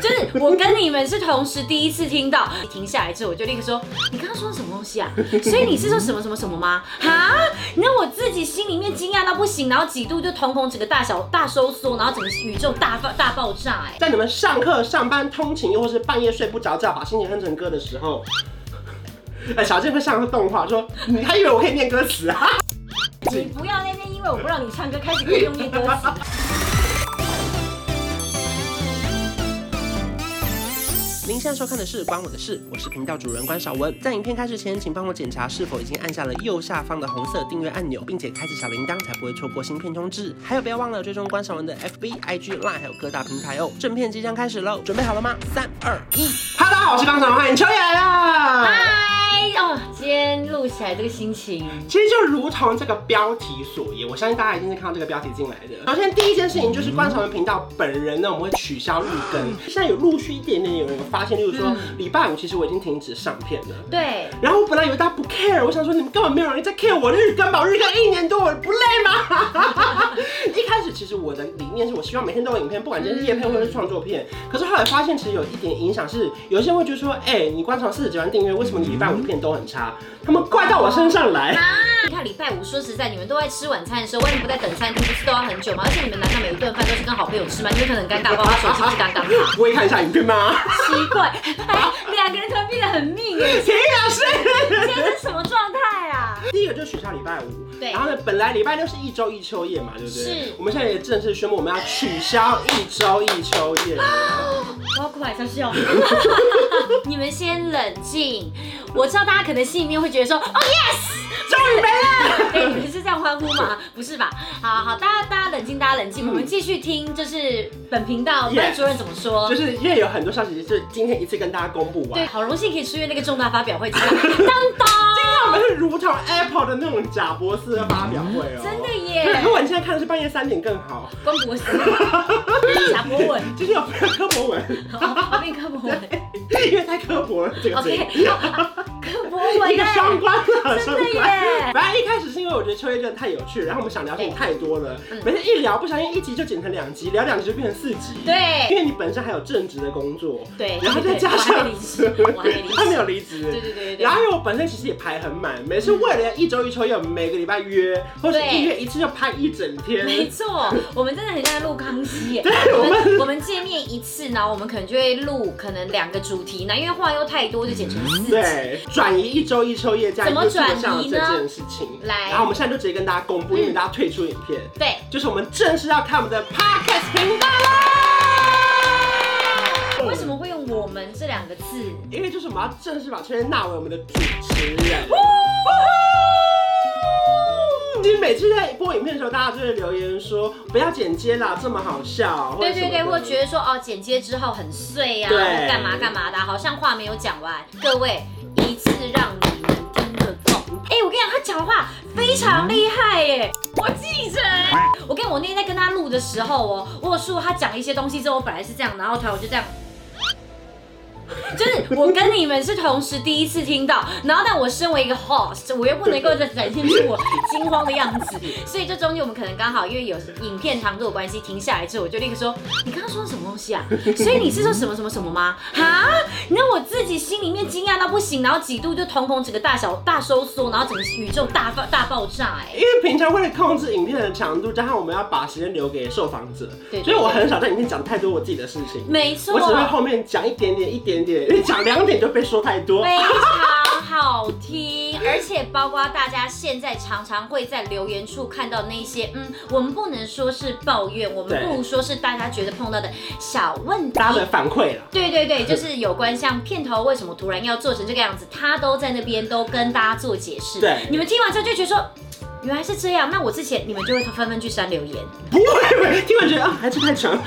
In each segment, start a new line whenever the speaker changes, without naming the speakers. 就是我跟你们是同时第一次听到，停下来之后我就立刻说，你刚刚说的什么东西啊？所以你是说什么什么什么吗？哈，那我自己心里面惊讶到不行，然后几度就瞳孔整个大小大收缩，然后整个宇宙大爆大爆炸、哎，
在你们上课、上班、通勤，又或是半夜睡不着觉，把心情哼成歌的时候， 哎，小健会上动画说，你还以为我可以念歌词啊？
你不要那边因为我不让你唱歌，开始给我用力歌词。
您现在收看的是《关我的事》，我是频道主人关少文。在影片开始前，请帮我检查是否已经按下了右下方的红色订阅按钮，并且开启小铃铛，才不会错过新片通知。还有，不要忘了追踪关少文的 FB、IG、Line，还有各大平台哦。正片即将开始喽，准备好了吗？三、二、一，Hello，大家好，我是关少文，欢迎秋啊叶啦。
嗨，哦，今天录起来这个心情，
其实就如同这个标题所言，我相信大家一定是看到这个标题进来的。首先第一件事情就是观察文频道本人呢，我们会取消日更。现在有陆续一点点有人有发现，例如说礼拜五其实我已经停止上片了。
对，
然后我本来以为大家不 care，我想说你们根本没有人在 care 我日更吧，我日更一年多，我不累吗？ 一开始其实我的理念是我希望每天都有影片，不管今天是夜片或者是创作片。可是后来发现，其实有一点影响是，有些人会觉得说，哎、你观察四十几万订阅，为什么你礼拜五的片都很差？他们怪到我身上来。
啊你看礼拜五，说实在，你们都在吃晚餐的时候，为什么不在等餐厅？不是都要很久吗？而且你们难道每一顿饭都是跟好朋友吃吗？你们可能尴尬，包括手机是刚刚好。
不会看一下影片吗？
奇怪，哎，两个人突然变得很密耶，
田老师，
今天是什么状态啊？
第一个就取消礼拜五，
对
然后呢，本来礼拜六是一周一秋夜嘛，对不对？
是
我们现在也正式宣布，我们要取消一周一秋夜。
我要哭还是笑？ 你们先冷静，我知道大家可能心里面会觉得说，哦 yes，
终于没了。
哎、你们是这样欢呼吗？不是吧？好好，好大家大家冷静，大家冷静，我们继续听，就是本频道
Yes
班主任怎么说
就。是因为有很多消息，就是今天一次跟大家公布完
哦对，。好荣幸可以出现那个重大发表会，这样当 当，
我们是如同 Apple 的那种贾博士的发表会哦、
真的
对。
耶
如，果你现在看的是半夜三点更好，
关博士，贾博文，
就是有科博文，
好，变科博 文
因为太科博了这个节目
，OK，好科博 文啊
一个
耶
双关了，
真
双
的耶
关。反正一开始是因为我觉得秋叶真的太有趣，然后我们想聊的事情太多了
嗯，
每次一聊不小心一集就剪成两集，聊两集就变成四集。
对
因为你本身还有正职的工作，
对
然后再加
对我还
上
没离职我还没离职
他没有离职，
对对对对
然后因为我本身其实也排很满，每次为了一周一抽，又每个礼拜约，或者
对
一月一次就拍一整 天。
没错，我们真的很像在录康熙 耶。
我
我
们
们我们见面一次，然后我们可能就会录可能两个主题，那因为话又太多，就剪成四集。
对，转移一周一抽夜加
怎么
YouTube 上
转
的
移
这
呢
件事情，
来嗯
然后我们现在就直接跟大家公布，因为大家退出影片，
对，
就是我们正式要看我们的 Podcast 频道啦。
为什？么会用我们这两个字？
因为就是我们要正式把崔恩纳为我们的主持人。
哦
其实每次在播影片的时候，大家就会留言说不要剪接啦，这么好笑。
对对对，或
我
觉得说哦，剪接之后很碎啊，
对
或干嘛干嘛的啊，好像话没有讲完。各位，一次让你们听得懂。哎，我跟你讲，他讲话非常厉害耶！我记着，我跟我那天在跟他录的时候哦，我有说他讲一些东西之后，我本来是这样，然后突然我就这样。就是我跟你们是同时第一次听到，然后但我身为一个 host，我又不能够再展现出我惊慌的样 子，所以这中间我们可能刚好因为有影片长度的关系停下来之后，我就立刻说：“你刚刚说的什么东西啊？所以你是说什么什么什么 吗？哈？那我自己心里面惊讶到不行，然后几度就瞳孔整个大小大收缩，然后整个宇宙大爆大爆炸、哎
因，为平常为了控制影片的长度，加上我们要把时间留给受访者，
对对
所以我很少在影片讲太多我自己的事情。
没错，
我只会后面讲一点点，一点点，因为讲两点就被说太多。
非常好听，而且包括大家现在常常会在留言处看到那些，嗯，我们不能说是抱怨，我们
对
不如说是大家觉得碰到的小问题。
大家的反馈啦，
对对对，就是有关像片头为什么突然要做成这个样子，他都在那边都跟大家做解释。
对
你们听完之后就觉得说。原来是这样，那我之前你们就会纷纷去删留言，
不会，不会听完觉得啊，还是 太长。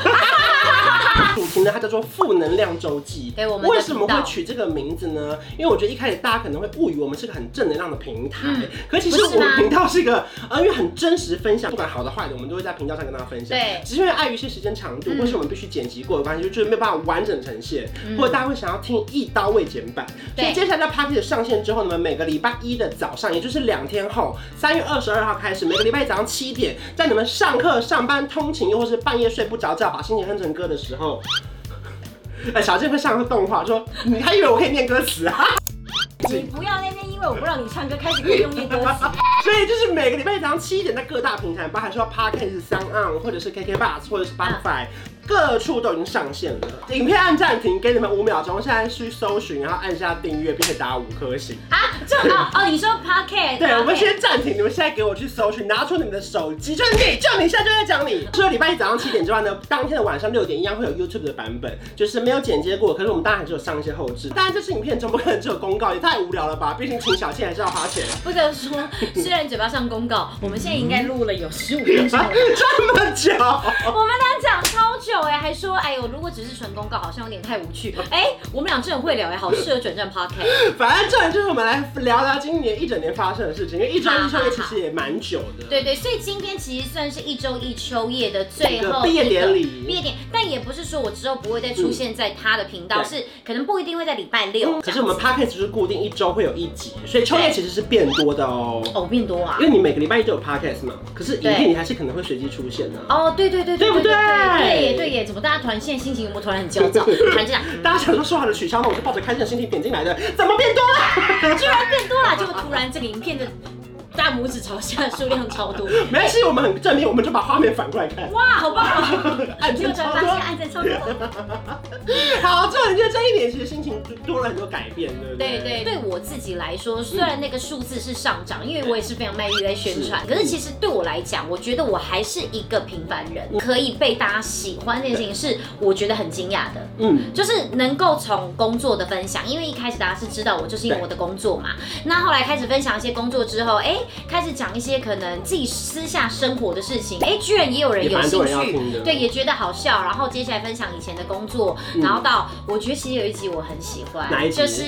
主题呢，它叫做负能量周记。
对我们的
为什么
频道
会取这个名字呢？因为我觉得一开始大家可能会误以为我们是个很正能量的平台，
嗯
可其实
不是
我们
吗
频道是一个呃，因为很真实分享，不管好的坏的，我们都会在频道上跟大家分享。
对
只是因为碍于一些时间长度，
嗯
或是我们必须剪辑过的关系，就就是没有办法完整呈现，或者大家会想要听一刀未剪版。
对
所以接下来在 Party 的上线之后，你们每个礼拜一的早上，也就是两天后，三月二十二号开始，每个礼拜早上七点，在你们上课、上班、通勤，又或是半夜睡不着觉，把心情哼成歌的时候。哎，小健会上动画，说你还以为我可以念歌词啊？
你不要那边，因为我不让你唱歌，开始可以用念歌词。
所以就是每个礼拜早上七点，在各大平台，包含说 Podcast、s o n 或者是 KK Bus，或者是 Spotify，、各处都已经上线了。影片按暂停，给你们五秒钟，现在去搜寻，然后按下订阅，并且打五颗星。
啊，这哦哦，你说 podcast，
对，我们
podcast
先暂停，你们现在给我去搜寻，拿出你们的手机，就是你，就你现在就在讲你。除了礼拜一早上七点之外呢，当天的晚上六点一样会有 YouTube 的版本，就是没有剪接过，可是我们当然还是有上一些后置。当然这支影片总不可能只有公告，也太无聊了吧？毕竟请小倩还是要花钱。
不得说，虽然嘴巴上公告，我们现在应该录了有十五分钟。
这么久，
我们俩讲超久哎、还说哎呦，如果只是纯公告，好像有点太无趣。哎、我们俩真的会聊哎、好适合转战 podcast。
反正这里就是我们来聊聊今年一整年发生的事情，因为一周一秋叶其实也蛮久的。
对对，所以今天其实算是一周一秋叶的最
一个
后
毕业
一个
典礼
毕业典，但也不是说我之后不会再出现在他的频道，
嗯
是可能不一定会在礼拜六。
可是我们 podcast 就是固定一周会有一集，所以秋叶其实是变多的哦。
偶变多啊
因。为你每个礼拜一都有 podcast 嘛，可是影
对
片你还是可能会随机出现的、啊。
哦，对对对
对不对
对耶对耶，怎么大家突然现在心情有没有突然很焦躁？突然这样，
大家想说说好的取消了，我就抱着开心的心情点进来的，怎么变多 了？
居然变多了，结果突然这个影片的大拇指朝下数量超多，
没关系，我们很正面，我们就把画面反过来看。
哇，好棒啊！
按
结
键
果突
超
然
多
发现按赞超多。
好，这人觉得这一年其实心情多了很多改变，对不
对对，
对？
对我自己来说，虽然那个数字是上涨，因为我也是非常卖力在宣传，可是其实对我来讲，我觉得我还是一个平凡人，可以被大家喜欢这件事情是我觉得很惊讶的。
嗯，
就是能够从工作的分享，因为一开始大家是知道我就是因为我的工作嘛，那后来开始分享一些工作之后，哎、开始讲一些可能自己私下生活的事情，哎、居然也有人
也
有
蛮
兴
多人要
趣，
听的。
对，也觉得好笑，然后接下来分享以前的工作，然后到我觉得其实有一集我很喜欢，
嗯哪一集
就是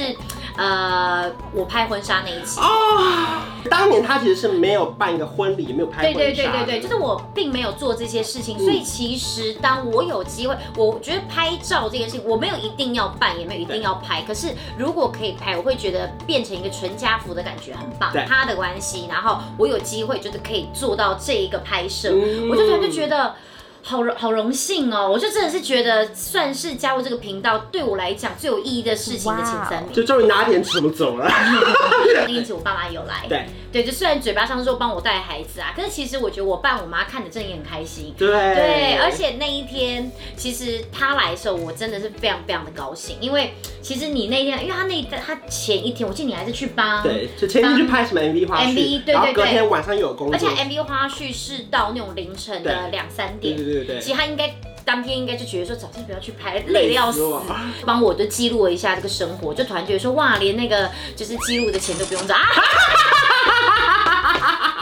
呃我拍婚纱那一集。
哦，当年他其实是没有办一个婚礼，也没有拍
对
婚纱
对
的，
对
嗯
对对，就是我并没有做这些事情，所以其实当我有机会，我觉得拍照这件事情，我没有一定要办，也没有一定要拍，可是如果可以拍，我会觉得变成一个全家福的感觉很棒
对，
他的关系，然后我有机会就是可以做到这一个拍摄，
嗯
我就突然就觉得。好荣好荣幸哦！我就真的是觉得算是加入这个频道对我来讲最有意义的事情的前三名。
哦就终于拿点什么走了。
那一集我爸妈有来，
对
对，就虽然嘴巴上说帮我带孩子啊，可是其实我觉得我爸我妈看的真的也很开心。
对
对，而且那一天其实他来的时候，我真的是非常非常的高兴，因为其实你那天，因为他那一他前一天，我记得你还是去帮，
对，就前天去拍什么 MV 花絮
MV 对对
然后隔
对
天晚上又有工作，
而且 MV 花絮是到那种凌晨的两三
对
点
对，对对
其实
对，
他应该当天应该就觉得说，早就不要去拍，累得要
累死
死
我。
帮我就记录了一下这个生活，就突然觉得说，哇，连那个就是记录的钱都不用找啊！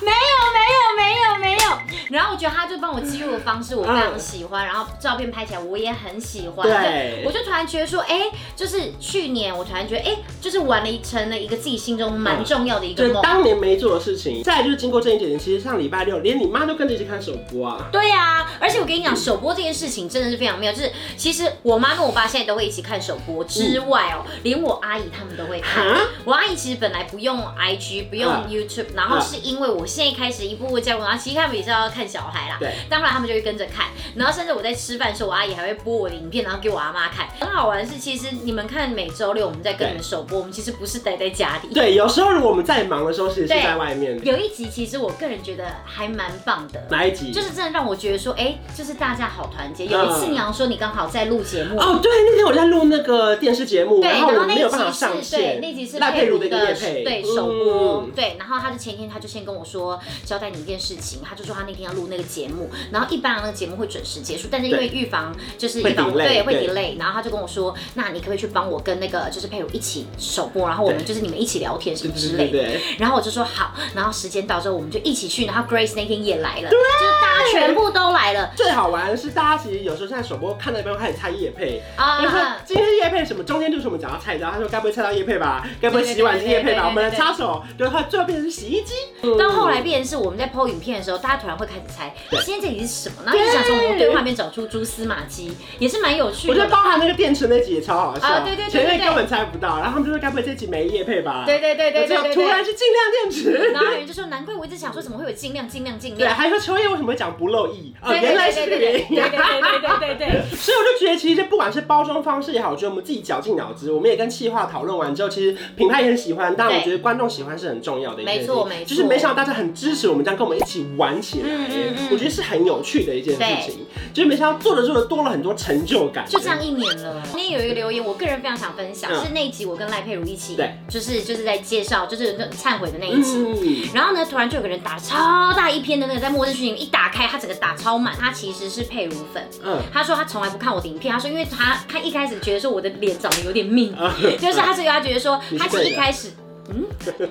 没有没有没有没有。然后我觉得他就帮我记录的方式，我非常喜欢，然后照片拍起来我也很喜欢。
对
我就突然觉得说，哎，就是去年我突然觉得，哎，就是完了一成了一个自己心中蛮重要的一
嗯就
个
是
梦。
当年没做的事情。再来就是经过这一点，其实上礼拜六连你妈都跟着一起看首播啊。
对呀、而且我跟你讲，首播这件事情真的是非常妙，就是其实我妈跟我爸现在都会一起看首播之外
嗯
哦，连我阿姨他们都会看。
啊，
我阿姨其实本来不用 IG，不用
嗯
YouTube，、然后
嗯
是因为我现在开始一步步加入，然后其实他们也是要看小孩啦。
对，
当然他们就会跟着看，然后甚至我在吃饭的时候，我阿姨还会播我的影片，然后给我阿妈看。很好玩的是，其实你们看每周六我们在跟你们首播，我们其实不是待在家里。
对，有时候如果我们在忙的时候，其实是
对
在外面的。
有一集其实我个人觉得还蛮棒的，
哪一集？
就是真的让我觉得说，哎、就是大家好团结。有一次
嗯
你好像说你刚好在录节目，
哦，对，那天我在录那个电视节目，
对，
后
然
我
后那
没有办法
一
上
集是对
线。
那集是
赖佩
佩
如
如
的
的
一个夜配，
对首播
嗯，
对，然后他就前一天他就先跟我说交代你一件事情，他就说他那天要录那个节目，然后一般那个节目会准时结束，但是因为预防就是
会
预防
delay，
对会
对
delay，然后他就跟我说，那你可不可以去帮我跟那个就是佩如一起首播，然后我们
对
就是你们一起聊天什
对
么之
对
类
对
的。
对，
然后我就说好，然后时间到之后我们就一起去，然后 Grace 那天也来了，就是大家全部都来了
最好玩的是大家其实有时候现在首播看到一半会开始猜夜配，就说
啊。
今天夜配什么，中间就是我们讲到菜单，他说该不会猜到夜配吧，该不会洗碗机夜配吧，
对对对对对
我
对
们的插手，然后最后变成洗衣机，
到后来变成是我们在 PO 影片的时候，大家突然会开始猜，来，今天这里是什么？然后就想从我们对话里面找出蛛丝马迹，也是蛮有趣的。
我觉得包含那个电池那集也超好笑，
啊对对对
前
对
面
对
根本猜不到，然后他们就说该不会这集没夜配吧？
对对对对对
我
对
就突然
对。
是尽量电池。
然后有人就说，难怪我一直想说怎么会有尽量尽量尽
对，
量。
还说秋叶为什么会讲不漏意啊？
对对
原来是
对
这个
对
原
对对
因。
对对对对对。
所以我就觉得，其实不管是包装方式也好，我觉得我们自己绞尽脑汁，我们也跟企划讨论完之后，其实品牌也很喜欢，但我
对
觉得观众喜欢是很重要的一件事情。
没错没错
就是没想到大家很支持我们，这样跟我们一起玩起来，
嗯嗯嗯
我觉得是很有趣的一件事情。就是没想到做着做着多了很多成就感，
就这样一年了。今天有一个留言，我个人非常想分享，
嗯
是那一集我跟赖佩如一起，
对，
就是就是在介绍，就是那忏悔的那一集。
嗯，
然后呢，突然就有个人打超大一篇的那个，在末日讯息一打开，他整个打超满。他其实是佩如粉，
嗯
他说他从来不看我的影片，他说因为他他一开始觉得说我的脸长得有点命，
啊
就是 他是他觉得说
你是
他
对的
是一开始。嗯，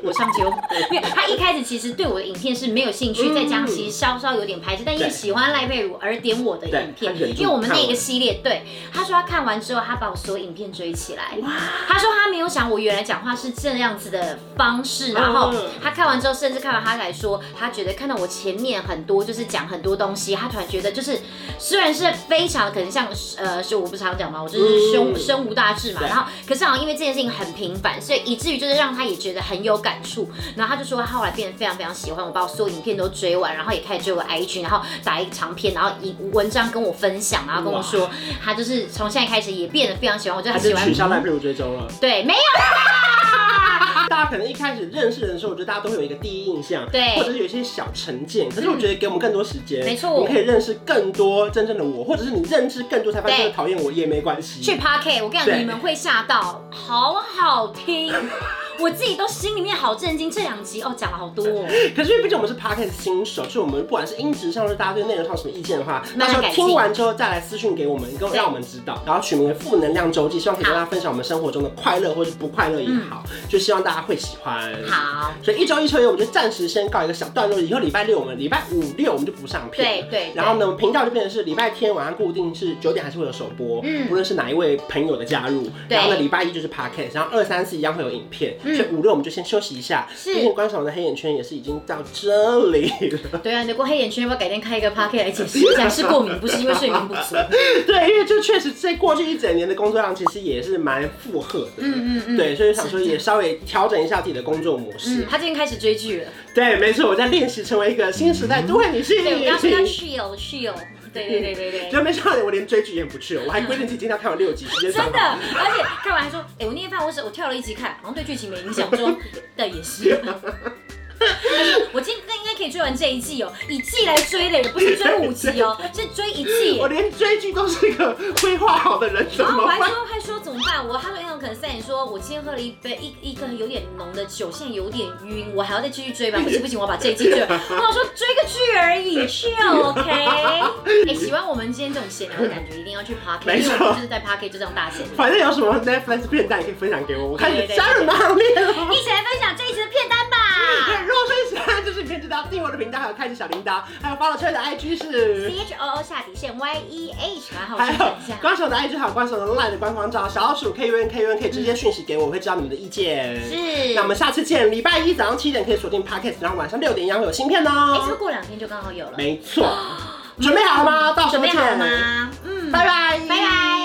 我上 秋，没有。他一开始其实对我的影片是没有兴趣，
嗯
再加上其实稍稍有点排斥，但因为
对
喜欢赖佩如而点我的
对
影片
他忍，住
因为我们
看
那
完
个系列，对，他说他看完之后，他把我所有影片追起来。他说他没有想我原来讲话是这样子的方式，然后
嗯
他看完之后，甚至看完他来说，他觉得看到我前面很多就是讲很多东西，他突然觉得就是虽然是非常可能像呃，是我不是常讲嘛，我就是胸
嗯
胸无大志嘛，
对
然后可是好像因为这件事情很频繁，所以以至于就是让他也觉得很有感触，然后他就说他后来变得非常非常喜欢我，把我所有影片都追完，然后也开始追我 IG，然后打一个长篇，然后以文章跟我分享，然后跟我说他就是从现在开始也变得非常喜欢我，就
他
很
就
喜
取消赖
欢。
佩如追踪了。
对，没有
啊大家可能一开始认识的时候，我觉得大家都会有一个第一印象，
对嗯
或者是有一些小成见。可是我觉得给我们更多时间，
没错
我们可以认识更多真正的我，或者是你认识更多才发现
对
这个讨厌我也没关系。
去 Park，我跟你
对
讲，你们会吓到，好好听，我自己都心里面好震惊。这两集哦，讲了好多、哦。
可是因为毕竟我们是 podcast 新手，所以我们不管是音质上，是大家对内容上有什么意见的话，
慢慢
那时候
改进
听完之后再来私讯给我们，跟我让我们知道，然后取名为负能量周记，希望可以跟大家分享我们生活中的快乐或是不快乐也好，就希望大家会喜欢。。
嗯好，
所以一周一秋叶，我们就暂时先告一个小段落。以后礼拜六我们礼拜五六我们就不上片了，
对对对
然后呢，我们频道就变成是礼拜天晚上固定是九点还是会有首播，
嗯
不论是哪一位朋友的加入，
对
然后呢礼拜一就是 podcast，然后二三四一样会有影片，
嗯
所以五六我们就先休息一下。
是
毕竟观赏我的黑眼圈也是已经到这里了。
对啊，你的过黑眼圈要不要改天开一个 Park 来解释一 下？是过敏，不是因为睡眠不
嗯
足。
对，因为就确实在过去一整年的工作量其实也是蛮负荷的，
嗯嗯嗯
对，所以想说也稍微调整一下自己的工作模式。
嗯，他最近开始追剧了。
对，没错，我在练习成为一个新时代都会女性。
嗯对，我刚说 要去哦去哦。对对对对对。
就没想到我连追剧也不去，我还规定自己今天要看完六集，时间上
真的，而且看完还说，哎、我那天饭我是我跳了一集看，好像对剧情没影响。我说，但也是。 他说我今天应该可以追完这一季哦，以季来追的，不是追五集 哦，是追一季耶
我。连追剧都是个规划好的人，怎
然后
么
哦我还
办？
说还说怎么办？我他说因为可能三点说，我今天喝了一杯一一个有点浓的酒，现在有点晕，我还要再继续 追吧？不行不行，我要把这一季追完。我想说追个剧而已，是 OK。哎、喜欢我们今天这种闲聊的感觉，一定要去 Park，
没
因
错
为我们就是在 Park 就这样大闲聊。
反正有什么 Netflix 片段也可以分享给我，我看你
对对对
杀人蛮好练哦。
一起来分享这一集的片单
对
吧。
如果说你喜欢这支影片，记得要订阅我的频道，还有开启小铃铛，还有 follow 圈的
C
IG 是。
H O O 下底线 Y E H，然后我
还
去
有
等一下。
关手的 IG 还有关手的 LINE 的官方账号小老鼠 K U N K U N 可以直接讯息给我，我会知道你们的意见。
是
那我们下次见，礼拜一早上七点可以锁定 Podcast，然后晚上六点一样会有新片
哎、是不是
哦。
过两天就刚好有了？
没错，准备好了吗？到时
准
候
备
见
好了？吗？嗯，
拜拜，
拜拜。